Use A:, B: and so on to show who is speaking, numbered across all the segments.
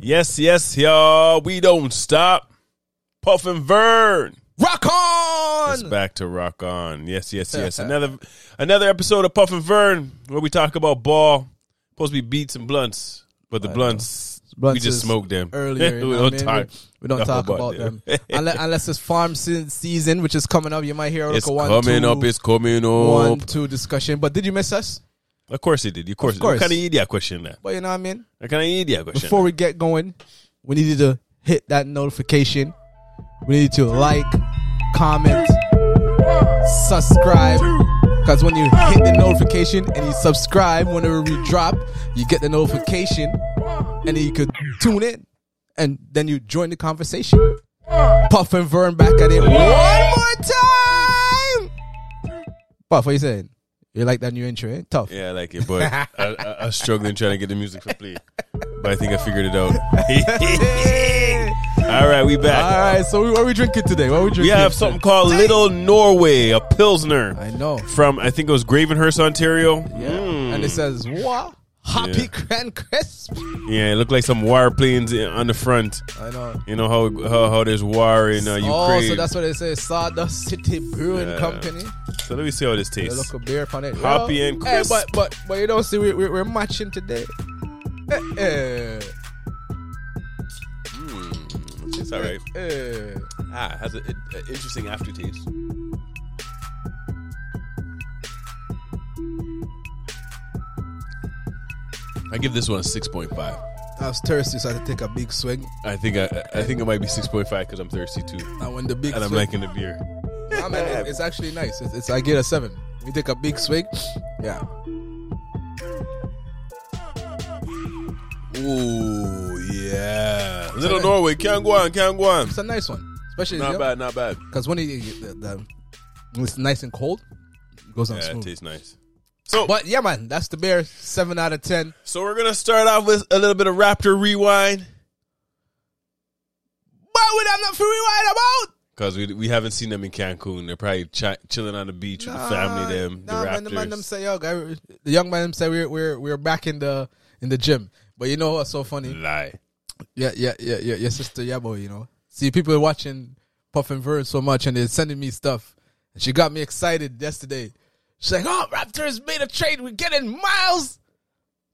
A: Yes, yes, y'all. We don't stop. Puff and Vern.
B: Rock
A: It's
B: on!
A: back to rock on. Yes, yes, yes. another another episode of Puff and Vern where we talk about ball. Supposed to be beats and blunts, but the blunts, we
B: Blunts
A: just
B: is
A: smoked them
B: Earlier,
A: we
B: you know
A: don't
B: what I mean?
A: talk.
B: We, we don't talk about them unless, unless it's farm se- season, which is coming up. You might hear a
A: It's
B: little one,
A: coming
B: two,
A: up. It's coming up.
B: one, two discussion. But did you miss us?
A: Of course it did. Of course. Of
B: course.
A: What kind of idiot question that?
B: But you know what I mean.
A: What kind of idiot question?
B: Before we get going, we needed to hit that notification. We need to like, comment, subscribe. Because when you hit the notification and you subscribe, whenever we drop, you get the notification and then you could tune in and then you join the conversation. Puff and Vern back at it one more time. Puff, what you saying? You like that new intro? Eh? Tough.
A: Yeah, I like it, but I, I, I was struggling trying to get the music to play. But I think I figured it out. All right, we back.
B: All right, so what are we drinking today? What are we drinking?
A: We have something called Little Norway, a pilsner
B: I know.
A: from I think it was Gravenhurst, Ontario. Mm.
B: And it says, "Wow, Hoppy Grand Crisp."
A: Yeah, it looked like some wire planes in- on the front.
B: I know.
A: You know how how, how there's wire in uh, Ukraine.
B: oh, so that's what they say. Sawdust City Brewing
A: Yeah.
B: Company.
A: So let me see how this
B: They
A: tastes.
B: look a beer upon it.
A: Hoppy and
B: Hey,
A: crisp.
B: but but but you don't see we, we we're matching today. Eh, eh,
A: It's all right.
B: eh.
A: Ah, has an interesting aftertaste. I give this one a six point five.
B: I was thirsty, so I had to take a big swig.
A: I think I, I think it might be six point five because I'm thirsty too,
B: And when the big
A: and I'm
B: swig,
A: liking the beer.
B: Nah, man, it- it's actually nice. It's, it's I get a seven. You take a big swig, yeah.
A: Ooh yeah, Little Norway, can't go on, can't go on.
B: It's a nice one, especially
A: Not bad, not bad.
B: because when you get the, the when it's nice and cold, it goes on
A: Yeah, it
B: smooth.
A: tastes nice. So,
B: But yeah, man, that's the beer. Seven out of ten.
A: so we're gonna start off with a little bit of Raptor rewind
B: But we have nothing to rewind about.
A: because we we haven't seen them in Cancun. They're probably chi- chilling on the beach with the family. Them
B: Ah, nah,
A: the Raptors.
B: man, the man them say, yo, guy, the young man them say we're we're we're back in the in the gym. But you know what's so funny?
A: Lie.
B: Yeah, yeah, yeah, yeah, your sister Yabo, you know. See, people are watching Puff and Vern so much, and they're sending me stuff. And she got me excited yesterday. She's like, "Oh, Raptors made a trade. We're getting Miles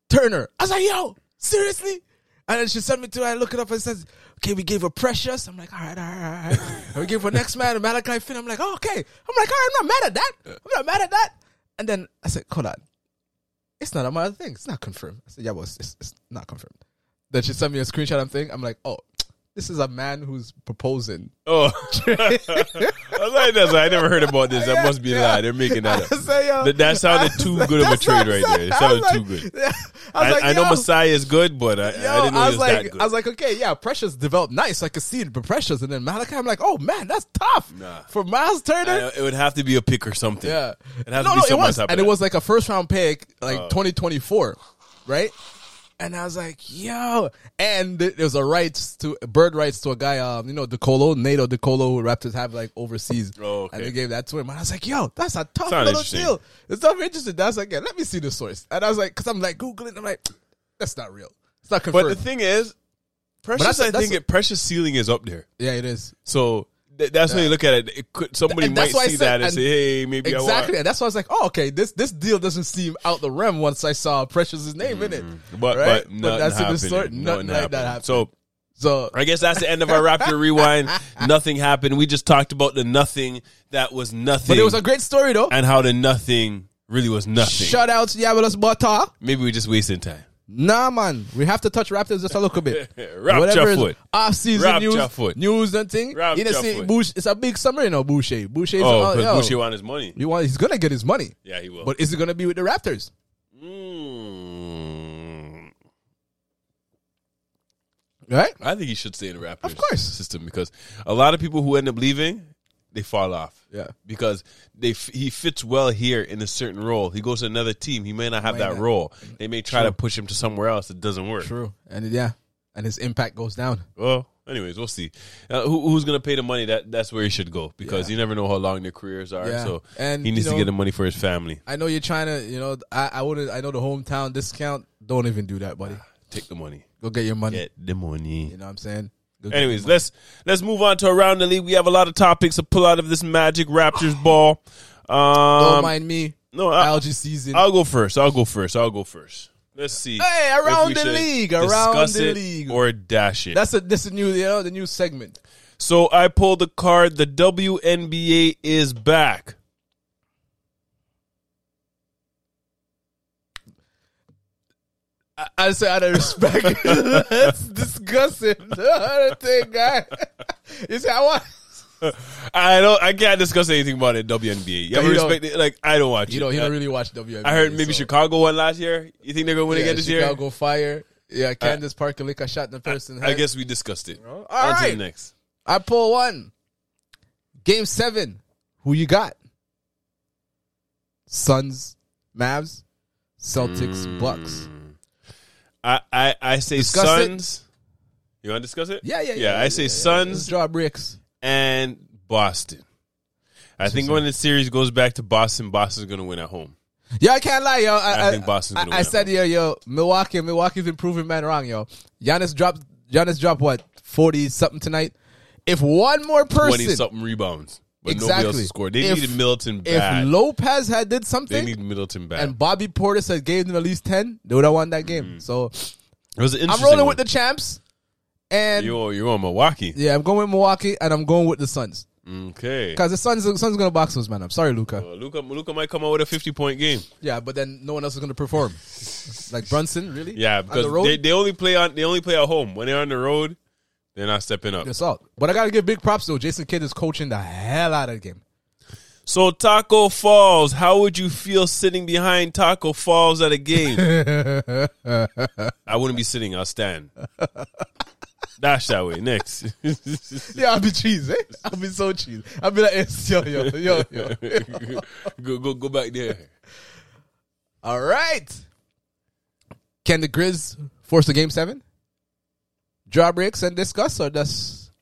B: Turner." I was like, "Yo, seriously?" And then she sent me to. I look it up and it says, "Okay, we gave her Precious." I'm like, "All right, all right, all right." and we gave her next man Malachi Finn. I'm like, oh, "Okay." I'm like, "All right, I'm not mad at that. I'm not mad at that." And then I said, "Hold on, it's not among other thing. It's not confirmed." I said, "Yeah, well, it's, it's, it's not confirmed." Then she sent me a screenshot. I'm thinking, I'm like, "Oh, this is a man who's proposing."
A: Oh, I was like, that's, I never heard about this. That must be a lie. They're making that up.
B: say, yo,
A: That, that sounded too good of a
B: That's what
A: trade right
B: I said.
A: there. It
B: I
A: sounded
B: was
A: too
B: like-
A: good.
B: Yeah. I
A: I,
B: was like,
A: I know
B: yo,
A: Messiah is good, but I, I
B: yo,
A: didn't know
B: I
A: he
B: was
A: was that
B: like,
A: good.
B: I was like, okay, yeah, Precious developed nice. I could see it, but Precious and then Malachi. I'm like, oh man, that's tough
A: Nah.
B: for Miles Turner.
A: I- it would have to be a pick or something.
B: yeah,
A: It has
B: no,
A: to be
B: no, it
A: someone
B: was,
A: type of
B: and it
A: that. Oh.
B: was like a first round pick, like 2024, right? And I was like, yo, and th- there was a rights to bird rights to a guy, um, you know, DeColo, NATO DeColo, who Raptors have like overseas,
A: Oh, okay.
B: and they gave that to him. And I was like, yo, that's a tough
A: Sound
B: little
A: interesting.
B: deal. It's not interesting. That's like, yeah, let me see the source. And I was like, because I'm like googling, I'm like, that's not real. It's not
A: but
B: confirmed.
A: the thing is, Precious,
B: that's-
A: I
B: that's
A: think
B: a-
A: it, Precious ceiling is up there.
B: yeah, it is
A: So th- that's when you look at it. it could, somebody
B: And
A: might
B: that's why I
A: see
B: said-
A: that and,
B: and-
A: say, hey, maybe
B: exactly. And that's why I was like, oh, okay, this this deal doesn't seem out the rim once I saw Precious's name in
A: I
B: it.
A: want. But,
B: right?
A: but, nothing
B: that's in the
A: happened.
B: sort. Nothing, like that happened.
A: So
B: So
A: I guess that's the end of our Raptor Rewind. Nothing happened. We just talked about the nothing that was nothing.
B: But it was a great story though.
A: and how the nothing really was nothing.
B: Shout out to Yabelos Bata.
A: Maybe we're just wasting time.
B: Nah man, we have to touch Raptors just a little bit.
A: Rapture
B: Whatever is
A: foot.
B: off season
A: Rapture
B: news,
A: foot.
B: news and thing.
A: Rapture
B: you didn't see
A: foot.
B: Bouch- it's a big summer, you know, Boucher. Boucher's
A: Oh,
B: uh,
A: because
B: yo,
A: Boucher wanted his money.
B: he want, he's gonna get his money.
A: Yeah, he will.
B: But is it gonna be with the Raptors?
A: Mm.
B: Right?
A: I think he should stay in the Raptors
B: Of course.
A: system because a lot of people who end up leaving, they fall off.
B: Yeah.
A: Because they f- he fits well here in a certain role. He goes to another team, he may not have
B: Might
A: that
B: not.
A: role. They may try to push him to somewhere else. It doesn't work.
B: True. And yeah. And his impact goes down.
A: Well, anyways, we'll see. Uh, who, who's going to pay the money? That that's where he should go because you never know how long their careers are.
B: Yeah.
A: So
B: And,
A: he needs
B: you know-
A: to get the money for his family.
B: I know you're trying to, you know, I, I wouldn't I know the hometown discount. Don't even do that, buddy.
A: Take the money.
B: Go get your money.
A: Get the money.
B: You know what I'm saying? Go get
A: Anyways,
B: your
A: let's let's move on to around the league. We have a lot of topics to pull out of this Magic Raptors ball.
B: money. don't
A: Um, uh,
B: mind me.
A: no, I,
B: Algae season.
A: I'll go first. I'll go first. I'll go first. Let's see.
B: Hey,
A: if we
B: around the
A: should
B: league, around
A: discuss
B: the
A: it
B: league.
A: or dash it.
B: That's a this is new. You know, the new segment.
A: so I pulled the card. The WNBA is back.
B: I, I say out of respect. That's disgusting. The thing, guy. You say I want.
A: I don't. I can't discuss anything about it. WNBA. You, ever
B: You don't-
A: respect it? Like I don't watch
B: You
A: it.
B: know, he
A: I,
B: don't really watch WNBA.
A: I heard maybe
B: so-
A: Chicago won last year. You think they're gonna win
B: yeah,
A: again this year?
B: Chicago Fire. Yeah, Candace Parker Lick. I shot in the person.
A: I guess we discussed it.
B: All
A: on to
B: right.
A: the next.
B: I pull one. Game seven. Who you got? Suns, Mavs, Celtics, Bucks.
A: I I, I say
B: Discuss it.
A: Suns. You want to discuss it?
B: Yeah, yeah, yeah.
A: Yeah, I say
B: Let's
A: Suns
B: draw bricks.
A: and Boston. I think when the series goes back to Boston, Boston's gonna win at home.
B: Yo, I can't lie, yo. I,
A: I
B: I,
A: think Boston's
B: I,
A: gonna
B: I
A: win.
B: said, yo, yo, Milwaukee. Milwaukee's been proving man wrong, yo. Giannis dropped. Giannis dropped what forty something tonight. If one more
A: twenty
B: person,
A: something rebounds, but nobody else
B: Exactly.
A: has scored. They
B: If-
A: needed Middleton
B: if
A: bad.
B: Lopez had did
A: they
B: something,
A: need Middleton bad.
B: and Bobby Portis had gave them at least ten, they would have won that game.
A: Mm-hmm.
B: So
A: it was an
B: I'm
A: interesting.
B: rolling
A: one.
B: with the champs, and
A: you. You're on Milwaukee.
B: yeah, I'm going with Milwaukee, and I'm going with the Suns
A: Okay.
B: because the Suns, the Suns gonna box those man. I'm sorry, Luca.
A: Well, Luca, Luca might come out with a fifty-point game.
B: Yeah, but then no one else is gonna perform. like Brunson, really?
A: Yeah,
B: On
A: because
B: the road,
A: they, they only play on they only play at home. When they're on the road, they're not stepping up.
B: that's all. But I gotta give big props though. Jason Kidd is coaching the hell out of the game.
A: So Taco Falls, how would you feel sitting behind Taco Falls at a game? I wouldn't be sitting. I'll stand. Dash that way. Next.
B: Yeah, I'll be cheese. Eh? I'll be so cheese. I'll be like, yes, yo, yo, yo, yo.
A: go go go back there.
B: All right. Can the Grizz force a game seven? Draw breaks and discuss, or that's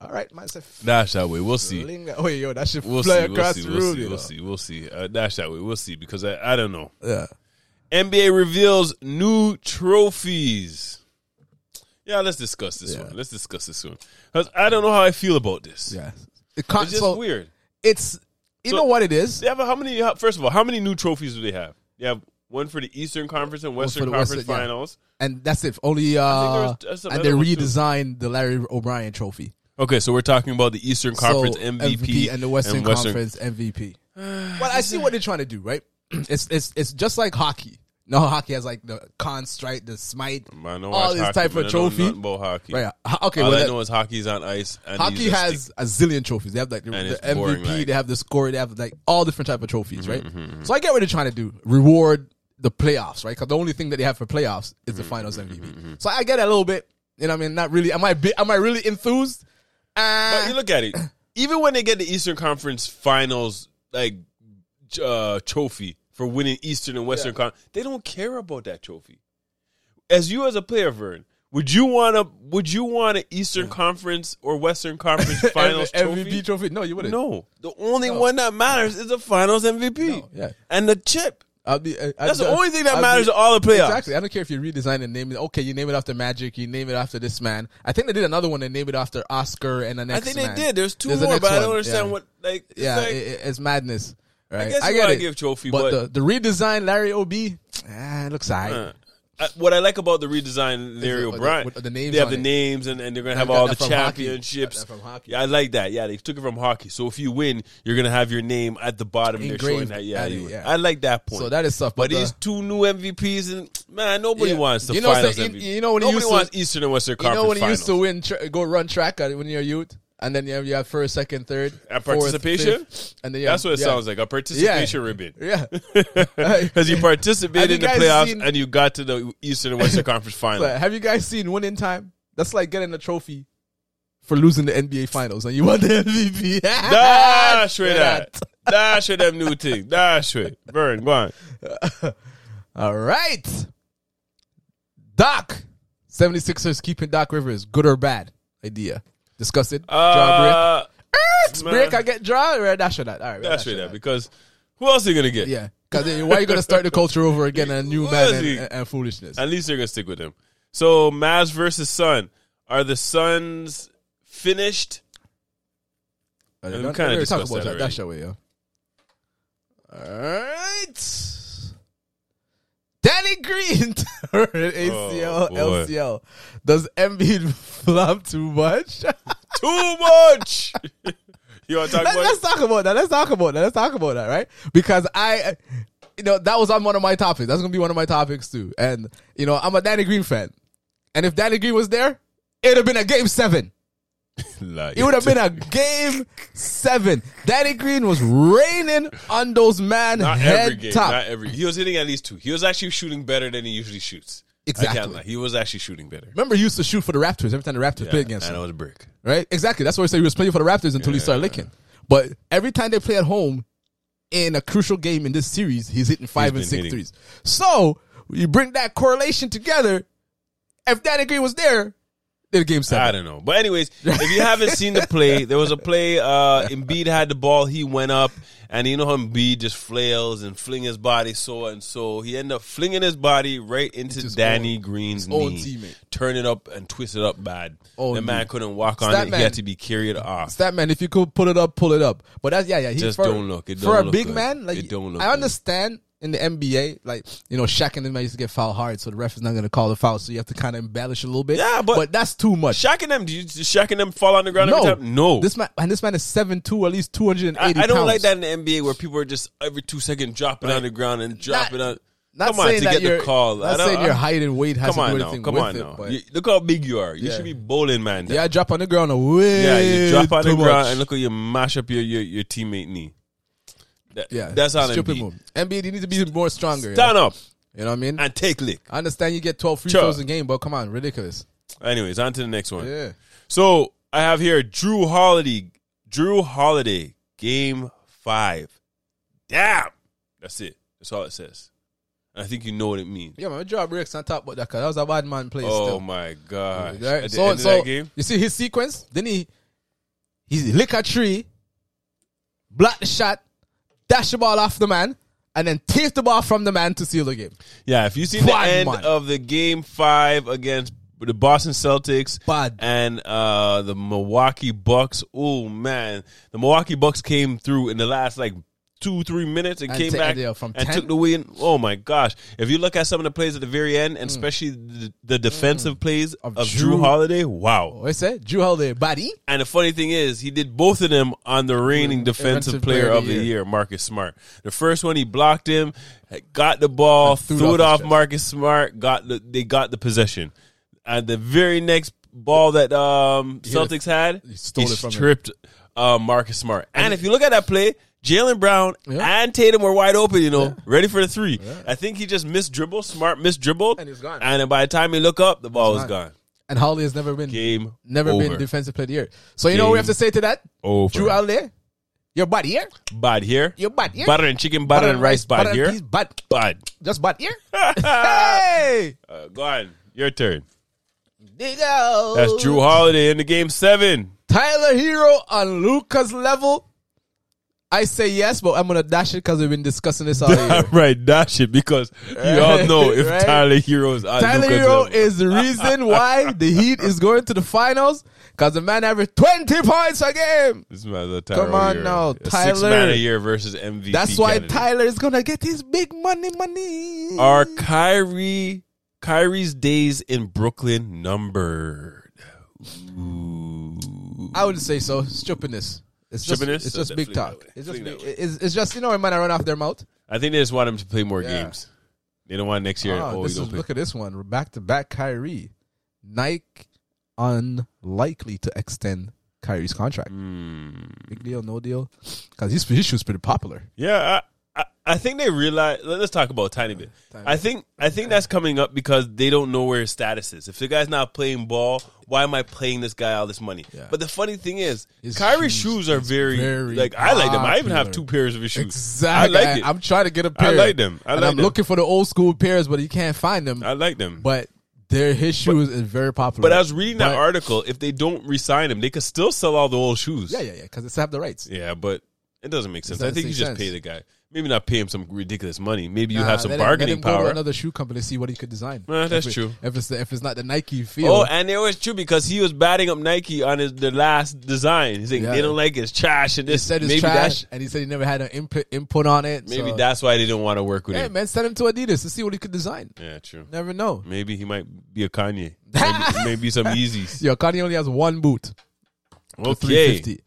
B: all right. Myself.
A: Dash that way. We'll see.
B: Wait, yo, that should
A: We'll
B: fly
A: see. We'll
B: across
A: see.
B: the
A: We'll see.
B: room. you
A: We'll
B: know?
A: see. We'll see. Uh, dash that way. We'll see because I, I don't know.
B: Yeah.
A: NBA reveals new trophies. Yeah, let's discuss this
B: Yeah.
A: one. Let's discuss this one. 'Cause I don't know how I feel about this.
B: Yeah. It can't,
A: It's just
B: so
A: weird.
B: it's you
A: So-
B: know what it is.
A: They have a, how many? how- First of all, how many new trophies do they have? They have one for the Eastern Conference and Western
B: the
A: Conference
B: Western, yeah.
A: Finals.
B: And that's it. Only uh
A: I think there was- that's
B: and they
A: another one, too.
B: redesigned the Larry O'Brien trophy.
A: Okay, so we're talking about the Eastern Conference
B: So,
A: MVP,
B: and the Western, Conference MVP. well, I see what they're trying to do, right? It's it's it's just like hockey. No, hockey has like the con strike, the smite,
A: I know
B: all
A: it's
B: this
A: hockey,
B: type
A: but
B: of
A: I know
B: trophy.
A: nothing about hockey.
B: Right. ho- Okay.
A: All
B: well,
A: I
B: that-
A: know is hockey's on ice. And
B: hockey
A: these are
B: has
A: stick-
B: a zillion trophies. They have like the,
A: And
B: the
A: it's boring,
B: MVP.
A: like- Mm-hmm,
B: They have the score. They have like all different type of trophies, right? So I get what they're trying to do: reward the playoffs, right? Because the only thing that they have for playoffs is
A: Mm-hmm,
B: the Finals MVP. So I get a little bit. You know, what I mean, not really. Am I? bi- Am I really enthused?
A: But
B: Uh,
A: you look at it. Even when they get the Eastern Conference Finals like uh, trophy for winning Eastern and Western Conference, they don't care about that trophy. As you as a player, Vern, would you want to? Would you want an Eastern Conference or Western Conference Finals
B: M-
A: trophy?
B: MVP trophy? No, you wouldn't.
A: No, the only one that matters is the Finals MVP.
B: yeah.
A: and the chip.
B: I'll be, I,
A: That's the only thing that
B: I'll
A: matters
B: be-
A: to all the playoffs.
B: Exactly. I don't care if you redesign and name it. Okay, you name it after Magic. You name it after this man. I think they did another one. They named it after Oscar and the
A: I
B: next.
A: think they
B: man.
A: did. There's two
B: There's a
A: more,
B: next
A: but I
B: one.
A: don't understand
B: Yeah.
A: what like. It's
B: yeah,
A: like,
B: it, it- it's madness. Right?
A: guess you
B: get
A: gotta
B: it.
A: give trophy,
B: but,
A: but-
B: the, the redesigned Larry Ob, ah, it looks alright.
A: Uh, I- what I like about the redesign Larry
B: with the-
A: O'Brien,
B: with the names
A: they have
B: on
A: the
B: it.
A: names and, and they're gonna
B: They
A: have
B: got
A: all the
B: that from hockey.
A: championships.
B: Got that from hockey.
A: Yeah, I like that. Yeah, they took it from hockey. So if you win, you're gonna have your name at the bottom. they're showing
B: Engraved
A: that. Yeah,
B: at
A: you
B: it,
A: win.
B: yeah.
A: I like that point.
B: so that is stuff.
A: but
B: But, the-
A: these two new MVPs and man, nobody
B: Yeah.
A: wants the
B: You know, so
A: finals.
B: you-
A: MVP.
B: you know when you
A: nobody
B: used to-
A: wants Eastern and Western
B: you
A: Conference
B: know when you
A: finals.
B: used to win, tr- go run track at, when you're a youth, and then you have, you have first, second, third,
A: At
B: fourth,
A: participation?
B: fifth, and then you
A: That's
B: have-
A: what it
B: yeah.
A: sounds like a participation ribbon.
B: Yeah,
A: Because you participated
B: Have you
A: in the
B: guys
A: playoffs
B: seen-
A: and you got to the Eastern and Western Conference final.
B: But have you guys seen winning time? That's like getting a trophy for losing the NBA Finals, and you won the MVP.
A: Dash with
B: Yeah.
A: that. Dash with them new thing. Dash with. Burn, go on.
B: All right. Doc. 76ers keeping Doc Rivers. Good or bad idea? Discuss it. draw
A: Uh,
B: break.
A: man,
B: Break, I get draw. Or dash or that. All right.
A: Dash
B: or
A: with that because who else are you gonna get?
B: Yeah. Because why are you going to start the culture over again and a new
A: Who
B: man
A: is
B: and,
A: he?
B: and- and foolishness?
A: At least you're gonna stick with him. So Mavs versus Sun. Are the Suns finished?
B: I'm
A: we kinda
B: talk
A: discussed
B: about
A: that
B: that. That shall we, yeah. Alright. Danny Green tore an ACL,
A: Oh, boy.
B: LCL. Does Embiid flop too much? Let's,
A: Too much. you want to talk about?
B: let's
A: it?
B: talk about that. Let's talk about that. Let's talk about that, right? Because I, you know, that was on one of my topics. That's going to be one of my topics too. And, you know, I'm a Danny Green fan. And if Danny Green was there, it'd have been a game seven.
A: Like,
B: It would have been a game seven. Danny Green was raining on those man
A: not every
B: head
A: game.
B: top.
A: Not every. He was hitting at least two. He was actually shooting better than he usually shoots. I can't
B: Exactly.
A: lie. He was actually shooting better.
B: Remember, he used to shoot for the Raptors every time the Raptors played
A: Yeah,
B: against
A: and
B: him,
A: it was a brick.
B: right? Exactly. That's why I said he was playing for the Raptors until he started licking. But every time they play at home in a crucial game in this series, he's hitting five
A: He's
B: and
A: been hitting.
B: six threes. So you bring that correlation together. If Danny Green was there, they'd game seven.
A: I don't know. But anyways, if you haven't seen the play, there was a play. Uh, Embiid had the ball. He went up, and you know how Embiid just flails and fling his body so and so. He ended up flinging his body right into
B: his
A: Danny Green's
B: own
A: knee,
B: teammate. Oh,
A: turn it up and twist it up bad.
B: Own
A: the man couldn't walk on
B: Stat
A: it.
B: man.
A: He had to be carried off.
B: Stat man, if you could pull it up, pull it up. But that's yeah, yeah. He's
A: Just
B: for,
A: don't look. It
B: for
A: don't
B: a
A: look
B: big
A: good.
B: man. Like
A: It don't look
B: I
A: good.
B: understand in the NBA, like you know, Shaq and them I used to get foul hard, so the ref is not going to call the foul. So you have to kind of embellish a little bit.
A: Yeah, but-
B: that's too much.
A: Shacking them? Do you shacking them fall on the ground
B: no,
A: every time? No.
B: This man and this man is seven two, at least two hundred and
A: I, I
B: eighty.
A: don't like that in the NBA where people are just every two seconds dropping on the ground and dropping on.
B: Not
A: come on,
B: saying
A: to
B: that
A: get
B: you're,
A: the call. I
B: Not
A: don't-
B: saying your
A: I-
B: height and weight has
A: Come
B: to do
A: on now,
B: anything
A: come
B: with
A: on
B: it.
A: now.
B: but-
A: You- look how big you are. You
B: Yeah.
A: should be bowling, man.
B: yeah, I drop on the ground away.
A: Yeah, you drop on the
B: too much.
A: ground and look at you mash up your your, your teammate knee. That,
B: Yeah,
A: that's all.
B: stupid
A: Stupid
B: move. NBA, you need to be more stronger. yeah?
A: Stand up
B: You know what I mean?
A: and take lick.
B: I understand you get 12 free
A: Sure.
B: throws a game, but come on, ridiculous.
A: Anyways, on to the next one.
B: Yeah.
A: So I have here Drew Holiday. Drew Holiday, game five. Damn, that's it. That's all it says. And I think you know what it means.
B: Yeah, my job breaks on top of that because that was a bad man play
A: Oh
B: still.
A: my gosh!
B: Right?
A: At the
B: So,
A: end of
B: so
A: that game,
B: you see his sequence? Then he he lick a tree, block the shot, dash the ball off the man, and then take the ball from the man to seal the game.
A: yeah. If you see the
B: Bad
A: end
B: man.
A: of the game five against the Boston Celtics,
B: Bad.
A: and uh, the Milwaukee Bucks. Oh man, the Milwaukee Bucks came through in the last like two three minutes and,
B: And
A: came
B: took-
A: back
B: yeah, from
A: and
B: 10?
A: took the win. Oh my gosh! If you look at some of the plays at the very end, and especially the, the defensive plays of, Drew,
B: Mm. Drew.
A: Holiday, wow!
B: What I say? Drew Holiday, body.
A: And the funny thing is, he did both of them on the
B: Mm,
A: reigning defensive, player, of the year.
B: Year.
A: Marcus Smart. The first one, he blocked him, got the ball, threw,
B: threw it
A: it
B: off
A: off
B: his chest.
A: Marcus Smart. Got the they got the possession. And the very next ball that um,
B: had a-
A: Celtics had,
B: he stole
A: he
B: it from him.
A: stripped uh, Marcus Smart. And, if you look at that play, Jalen Brown
B: Yeah.
A: and Tatum were wide open. You know, ready for the three. I think he just missed dribble. Smart missed dribble,
B: And it's gone.
A: And by the time he looked up, the ball was
B: gone.
A: gone.
B: And Holiday has never been
A: Game
B: never
A: over.
B: been defensive player of the year. So you know what we have to say to that?
A: over.
B: Drew Holiday, your body here,
A: bad here.
B: your body here.
A: Butter and chicken, butter, and rice, bad
B: butter and
A: here.
B: peas, bad.
A: Bad.
B: Just bad here. hey!
A: Uh, go on. Your turn.
B: There you go.
A: That's Drew Holiday in the game seven.
B: Tyler Hero on Luca's level. I say yes, but I'm gonna dash it because we've been discussing this all year.
A: right, dash it because you all know if
B: Right.
A: Tyler Hero is on
B: Tyler
A: Luka's
B: Hero
A: level.
B: is the reason why the Heat is going to the finals because the man averaged 20 points a game.
A: This man's a Tyler
B: Come on
A: Hero.
B: now,
A: A Six
B: Tyler.
A: man a year versus MVP.
B: That's why
A: candidate.
B: Tyler is gonna get his big money, money.
A: Are Kyrie Kyrie's days in Brooklyn numbered? Ooh.
B: I would say so. Stupidness. It's just,
A: Stupidness?
B: It's just
A: Oh,
B: big
A: definitely that
B: talk.
A: way.
B: It's just,
A: Definitely
B: it's, it's just you know, when I run off their mouth.
A: I think they just want him to play more
B: Yeah.
A: games. They don't want next year.
B: Oh,
A: oh,
B: this
A: he don't
B: is,
A: play.
B: look at this one. Back to back Kyrie. Nike unlikely to extend Kyrie's contract.
A: Hmm.
B: Big deal, no deal. Because his, his shoe's pretty popular.
A: Yeah, I, I, I think they realize. let- Let's talk about a tiny bit.
B: Tiny
A: I think I think that's coming up because they don't know where his status is. If the guy's not playing ball, why am I paying this guy all this money?
B: Yeah.
A: But the funny thing is,
B: His
A: Kyrie's
B: shoes
A: shoes are
B: is
A: very,
B: very
A: like I like them. I even have two
B: popular.
A: pairs of his shoes.
B: Exactly.
A: I like it.
B: am trying to get a
A: I
B: pair.
A: like them. I
B: and
A: like
B: I'm
A: them.
B: looking for the old school pairs, but you can't find them.
A: I like them. But,
B: but their his shoes is very popular.
A: I was reading that
B: But-
A: article. If they don't resign him, they could still sell all the old shoes.
B: Yeah, yeah, yeah. Because it's have the rights.
A: Yeah, but it doesn't make sense. I
B: doesn't
A: think you
B: make
A: just
B: sense.
A: pay the guy. maybe not pay him some ridiculous money. Maybe you
B: Nah,
A: have some
B: Uh, let him- let
A: bargaining
B: him go to
A: power.
B: another shoe company to see what he could design.
A: Nah, that's
B: If it-
A: true.
B: If it's the, if it's not the Nike feel,
A: Oh, and it was true because he was batting up Nike on his the last design. He's like,
B: Yeah.
A: they don't like it. it's trash and
B: he
A: this.
B: said it's
A: maybe
B: trash,
A: That's,
B: and he said he never had an input input on it.
A: maybe
B: so-
A: that's why they didn't want to work with
B: Hey
A: him.
B: man, send him to Adidas to see what he could design.
A: Yeah, true.
B: Never know.
A: Maybe he might be a Kanye. Maybe, maybe some Yeezys.
B: Yo, Kanye only has one boot.
A: Okay.
B: 350.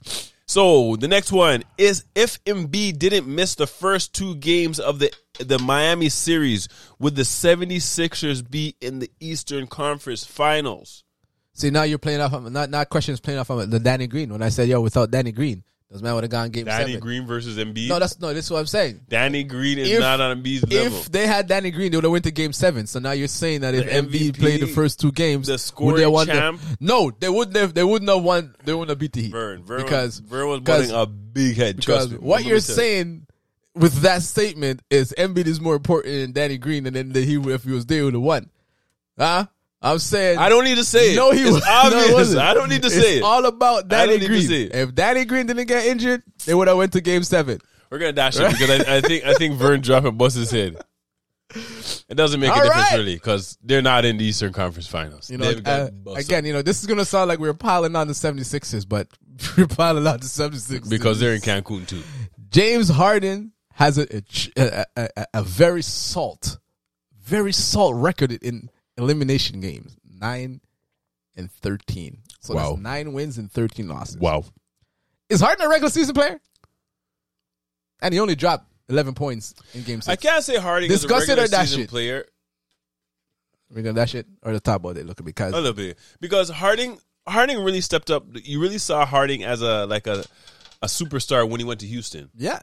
A: So the next one is if Embiid didn't miss the first two games of the the Miami series, would the 76ers be in the Eastern Conference Finals?
B: See, now you're playing off. Not not questions playing off of the Danny Green. When I said yo, without Danny Green, those man would have gone game
A: Danny
B: seven.
A: Green versus Embiid.
B: No, that's no. This is what I'm saying.
A: Danny Green is
B: If-
A: not on Embiid's level.
B: If they had Danny Green, they would have went to Game Seven. So now you're saying that if
A: The
B: MV
A: MVP,
B: played the first two games,
A: the
B: would
A: scoring
B: they won the-
A: champ.
B: no, they wouldn't have. They wouldn't have won. They wouldn't have beat the Heat
A: Vern, Vern
B: because
A: Vern was
B: because-
A: putting a big head.
B: because
A: Trust me.
B: what
A: Let me
B: you're
A: tell you.
B: saying with that statement is Embiid is more important than Danny Green, and then the, he if he was there, he would have won. Huh? I'm saying
A: I don't need to say it.
B: No, he
A: it's
B: was
A: obvious.
B: No, it wasn't.
A: I don't need to
B: It's
A: say it.
B: All about
A: I don't
B: Danny
A: need to
B: Green.
A: say it.
B: If Danny Green didn't get injured, they would have went to Game Seven.
A: We're gonna dash it because I, I think I think Vern dropped and bust his head. It doesn't make a
B: All
A: difference
B: right.
A: really because they're not in the Eastern Conference Finals.
B: You know,
A: They've got
B: uh,
A: busted
B: again, you know, this is gonna sound like we're piling on the 76ers, but we're piling on the 76ers
A: because they're in Cancun too.
B: James Harden has a a, ch- a, a, a- a very salt, very salt record in elimination games nine and thirteen. So
A: Wow.
B: that's nine wins and thirteen losses.
A: Wow,
B: Is Harden a regular season player? And he only dropped eleven points in game
A: I
B: six.
A: can't say Harding is a
B: Discuss it or
A: regular
B: dash
A: season
B: it?
A: player
B: We're gonna dash it or the top about it looking because
A: a little bit because Harding Harding really stepped up. You really saw Harding as a like a a superstar when he went to Houston.
B: yeah,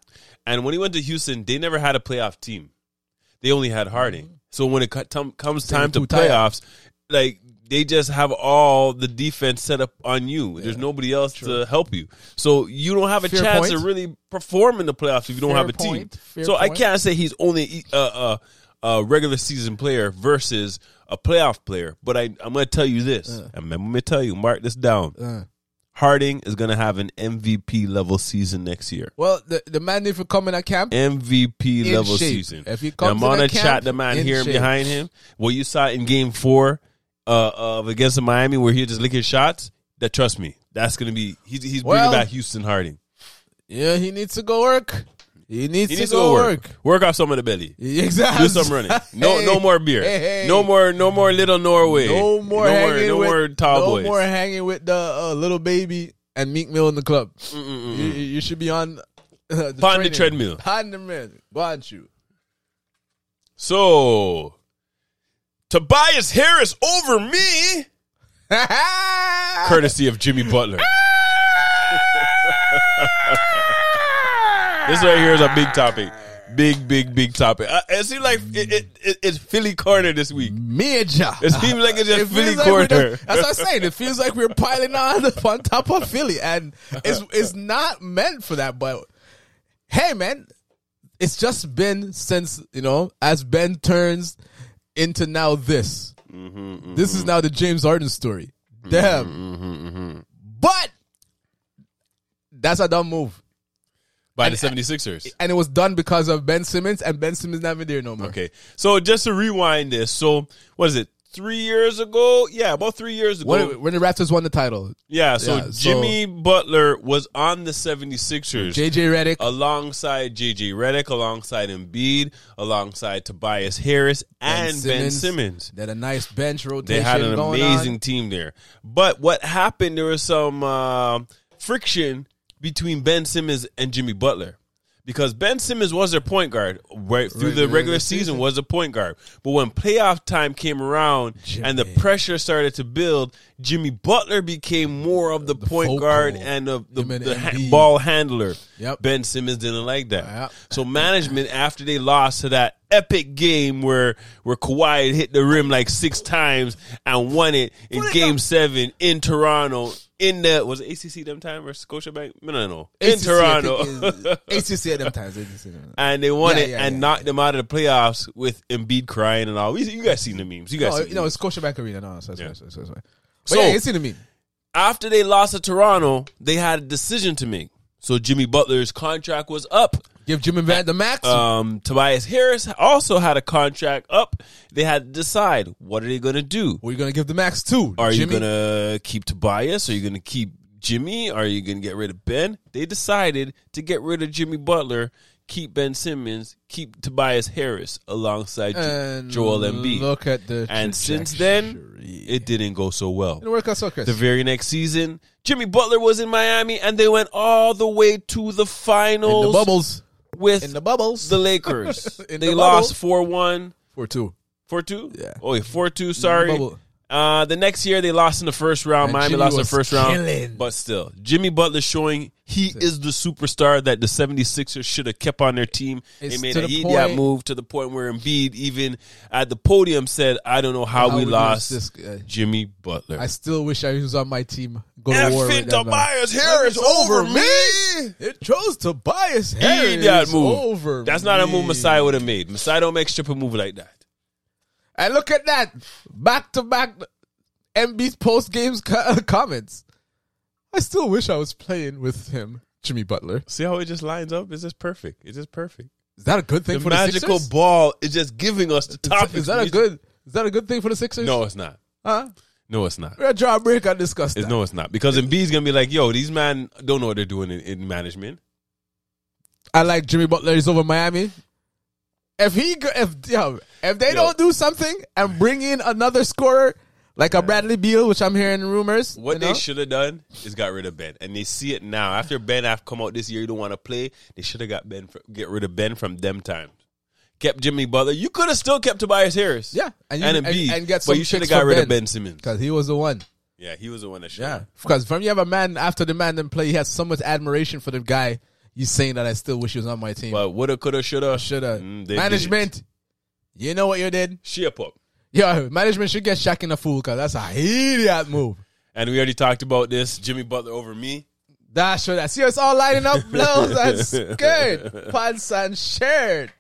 A: And when he went to Houston, they never had a playoff team. They only had Harding. So when it co- tom- comes time to
B: two tie
A: playoffs, like they just have all the defense set up on you. There's nobody else to help you. So you don't have a
B: Fair
A: chance
B: point.
A: to really perform in the playoffs if you don't
B: Fair
A: have a
B: point.
A: team.
B: Fair
A: so I
B: point.
A: can't say he's only a uh, uh, uh, regular season player versus a playoff player. But I, I'm going to tell you this. I'm, I'm going to tell you, mark this down.
B: Uh.
A: Harding is going to have an MVP level season next year.
B: Well, the the man if you come in at camp,
A: MVP
B: In
A: level
B: shape.
A: season.
B: If he
A: Now,
B: comes
A: I'm
B: to
A: on
B: the
A: a
B: camp,
A: chat the man
B: in
A: here
B: shape.
A: behind him. What you saw in game four uh, of against the Miami, where he was just licking shots. That trust me, that's gonna be he's, he's
B: Well-
A: bringing back Houston Harding.
B: yeah, he needs to go work. He needs,
A: He
B: to,
A: needs
B: go work.
A: work off some of the belly.
B: Exactly.
A: Do some running. No,
B: Hey,
A: no more beer.
B: hey, hey.
A: No more, no more little Norway.
B: No more
A: no more,
B: hanging
A: no
B: with
A: more tall
B: no
A: boys.
B: more hanging with the uh, little baby and Meek Mill in the club. You, you should be on uh, the
A: Pond the treadmill.
B: Pond the treadmill. Go on, you.
A: So, Tobias Harris over me, courtesy of Jimmy Butler. This right here is a big topic. Big, big, big topic. I, it seems like it, it, it, it's Philly corner this week.
B: Major.
A: It seems like it's just
B: It
A: Philly
B: feels like we're
A: corner.
B: just- that's what I'm saying. It feels like we're piling on on top of Philly, and it's it's not meant for that. But hey, man, it's just been since you know as Ben turns into now this. This is now the James Harden story. Damn, but that's a dumb move,
A: by the 76ers.
B: and it was done because of Ben Simmons, and Ben Simmons not even there no more.
A: Okay. So just to rewind this. So what is it? Three years ago? Yeah, about three years ago.
B: When, when the Raptors won the title,
A: yeah, so
B: yeah, so-
A: Jimmy Butler was on the 76ers.
B: JJ Redick,
A: alongside JJ Redick, alongside Embiid, alongside Tobias Harris, and Ben Simmons.
B: They had a nice bench rotation.
A: They had an
B: going
A: amazing
B: on.
A: team there. But what happened, there was some uh, friction between Ben Simmons and Jimmy Butler. Because Ben Simmons was their point guard right through the
B: Regular
A: regular
B: season.
A: season, was a point guard, but when playoff time came around and the pressure started to build, Jimmy Butler became more of the, point
B: focal.
A: guard and the, the,
B: Him and
A: the ha-
B: Embiid.
A: ball handler.
B: Yep.
A: Ben Simmons didn't like that.
B: Yep.
A: So management, after they lost to that epic game where where Kawhi had hit the rim like six times and won it in Game Seven in Toronto, in the was it ACC them time or Scotiabank? No, no, no, in
B: ACC, I
A: Toronto,
B: think, is- ACC at them times. ACC.
A: and they won
B: Yeah,
A: it
B: yeah,
A: and
B: yeah,
A: knocked them out of the playoffs with Embiid crying and all. You- You guys seen the memes? You guys,
B: No,
A: seen the
B: you know,
A: memes.
B: it's Scotiabank Arena. No, so, so, so, so, so. But
A: So-
B: yeah, it's in the meme.
A: after they lost to Toronto, they had a decision to make. So Jimmy Butler's contract was up.
B: Give Jimmy
A: Uh,
B: Van the max.
A: Um, Tobias Harris also had a contract up. They had to decide what are they going to do.
B: We're gonna give the max two.
A: Are
B: Jimmy?
A: you going to keep Tobias? Are you going to keep Jimmy? Are you going to get rid of Ben? They decided to get rid of Jimmy Butler, keep Ben Simmons, keep Tobias Harris alongside Jo-
B: and
A: Joel Embiid.
B: Look at the
A: and since then,
B: trajectory.
A: it didn't go so well.
B: didn't work out so Chris.
A: The very next season, Jimmy Butler was in Miami, and they went all the way to the
B: in
A: finals
B: the bubbles.
A: with
B: In the bubbles.
A: the Lakers. they
B: In the
A: lost 4 1,
B: for two.
A: 4 2?
B: Yeah.
A: Oh, yeah, 4 2, sorry.
B: Bubble.
A: Uh, the next year, they lost in the first round.
B: And
A: Miami
B: Jimmy
A: lost in the
B: was
A: first
B: killing.
A: round. But still, Jimmy Butler showing he is the superstar that the 76ers should have kept on their team.
B: It's
A: they made
B: to
A: a
B: the
A: heat
B: point-
A: that move to the point where Embiid, even at the podium, said, I don't know how,
B: How
A: we, lost
B: this guy.
A: Jimmy Butler.
B: I still wish I was on my team. Go to war
A: Effing
B: with that man.
A: Tobias Harris over me.
B: It chose Tobias
A: Eat
B: Harris
A: that move.
B: over.
A: That's not a
B: me.
A: move Masai would have made. Masai don't make stripper move like that.
B: And look at that, back to back, MB's post games comments. I still wish I was playing with him, Jimmy Butler.
A: See how it just lines up? It's just perfect. It's just perfect.
B: Is that a good thing
A: The
B: for
A: magical
B: the Sixers?
A: ball is just giving us the topic.
B: Is that a good? Is that a good thing for the Sixers?
A: No, it's not.
B: huh?
A: No, it's not.
B: We're a jawbreaker and discuss
A: It's,
B: that.
A: no, it's not. Because Embiid's gonna be like, "Yo, these man don't know what they're doing in, in management."
B: I like Jimmy Butler. He's over Miami. If he, go- if yo, if they don't do something and bring in another scorer like a Bradley Beal, which I'm hearing rumors,
A: What
B: you
A: they
B: know?
A: should have done is got rid of Ben, and they see it now. After Ben have come out this year, you don't want to play. They should have got Ben, fr get rid of Ben from them times. Kept Jimmy Butler. You could have still kept Tobias Harris.
B: yeah, and you,
A: and Embiid,
B: and, and get some
A: but you should have
B: picks
A: got
B: for
A: rid of Ben Simmons.
B: because he was the one.
A: Yeah, he was the one that should.
B: Yeah, because from you have a man after the man didn't play, he has so much admiration for the guy. You saying that I still wish he was on my team.
A: But woulda, coulda, shoulda,
B: Shoulda
A: Mm, they
B: management? You know what you did?
A: didn't. Ship up.
B: Yo, management should get Shaq in the fool because that's a idiot move.
A: And we already talked about this. Jimmy Butler over me.
B: That should I see us all lining up blouse and skirt, pants and shirt.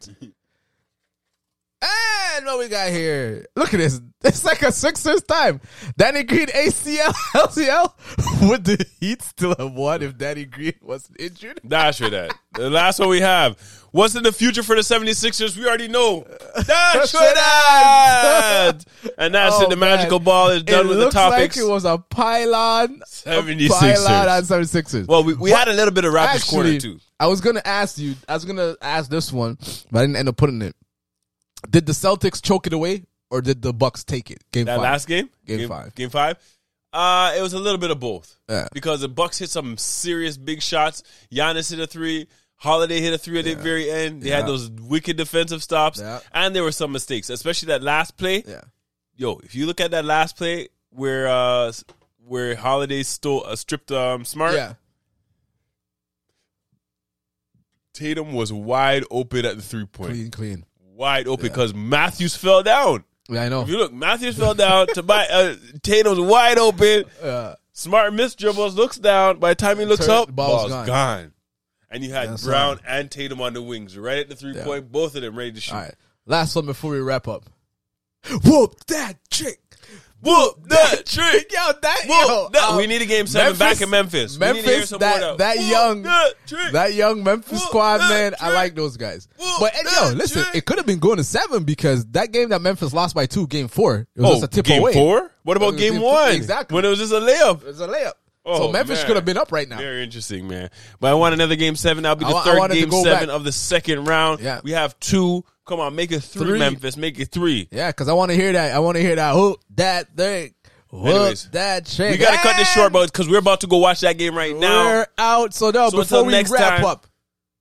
B: And what we got here? Look at this. It's like a Sixers time. Danny Green ACL LCL. Would the Heat still have won if Danny Green wasn't injured?
A: That's for that. The last one we have. What's in the future for the 76ers? We already know. That's for that. And that's
B: Oh,
A: it. The magical
B: man.
A: ball is done
B: it
A: with the
B: looks
A: topics.
B: like it was a pylon, a
A: 76ers.
B: pylon on 76ers.
A: well, we, we had a little bit of Raptors
B: Actually,
A: corner too.
B: I was gonna ask you. I was gonna ask this one, but I didn't end up putting it. Did the Celtics choke it away, or did the Bucks take it? Game
A: That
B: five.
A: last game?
B: Game five.
A: Game five? Uh, it was a little bit of both.
B: Yeah.
A: Because the Bucks hit some serious big shots. Giannis hit a three. Holiday hit a three at the very end. They
B: Yeah.
A: had those wicked defensive stops.
B: Yeah.
A: And there were some mistakes, especially that last play.
B: yeah,
A: yo, if you look at that last play where uh s- where Holiday stole uh, stripped um Smart,
B: yeah.
A: Tatum was wide open at the three point,
B: Clean, clean.
A: wide open because Matthews fell down.
B: Yeah, I know.
A: If you look, Matthews fell down. Tobias, uh, Tatum's wide open.
B: Uh,
A: Smart missed dribbles, looks down. By the time he looks
B: Turn-
A: up,
B: ball's
A: ball's,
B: gone.
A: gone. And you had
B: That's
A: Brown and Tatum on the wings, right at the three point, both of them ready to shoot.
B: all right. Last one before we wrap up. Whoop that trick.
A: Whoop that trick!
B: Yo, that yo,
A: Whoop! that-
B: uh,
A: we need a game seven
B: Memphis-
A: back in Memphis. We need to hear
B: Memphis,
A: some more
B: that-
A: of
B: that
A: Whoop
B: young-
A: that trick.
B: That young Memphis
A: Whoop
B: squad,
A: that
B: man, I
A: trick.
B: like those guys.
A: Whoop
B: but and, yo,
A: that
B: listen,
A: trick.
B: it could have been going to seven because that game that Memphis lost by two, game four, it was just a tip
A: Oh, game
B: away.
A: four? What
B: Uh,
A: about game
B: game-
A: one?
B: exactly.
A: When it was just a layup.
B: It was a layup. so
A: Oh,
B: Memphis
A: man.
B: could have been up right now.
A: Very interesting, man. But I want another game seven. That'll be
B: I
A: the
B: wa- I
A: third
B: wanted to
A: game
B: go
A: seven
B: back.
A: of the second round.
B: Yeah.
A: We have two. Come on, make it three,
B: Three.
A: Memphis. Make it three.
B: Yeah, because I want to hear that. I want to hear that. Whoop that thing. Whoop
A: Anyways,
B: that trick.
A: We got to cut this short,
B: And
A: because we're about to go watch that game right now.
B: We're out. So now,
A: So
B: before
A: until
B: we
A: next
B: wrap
A: time-
B: up,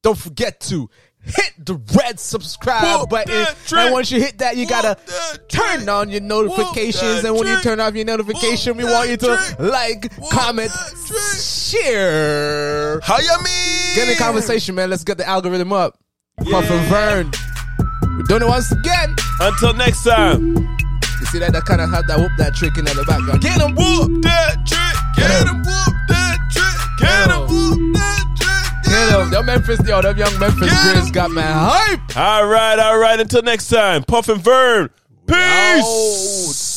B: don't forget to hit the red subscribe
A: Whoop
B: button.
A: that trick.
B: And once you hit that, you
A: Whoop
B: gotta
A: that
B: turn
A: trick.
B: on your notifications.
A: that
B: And when you
A: trick.
B: turn off your notifification, we
A: Whoop
B: want you
A: that
B: to
A: trick.
B: like,
A: Whoop
B: comment,
A: that trick.
B: share.
A: How you mean?
B: Get in the conversation, man. Let's get the algorithm up. Puff and Vern. We're doing it once again.
A: Until next time.
B: You see that? That kind of have that whoop that trick in the background. Get him,
A: Whoop that trick. Get him. Whoop that trick. Get him. Whoop that trick.
B: get him. Them Memphis, yo, them young Memphis
A: Get 'em.
B: Grizz got man hype.
A: All right, all right. Until next time, Puff and Vern. Peace.
B: Out.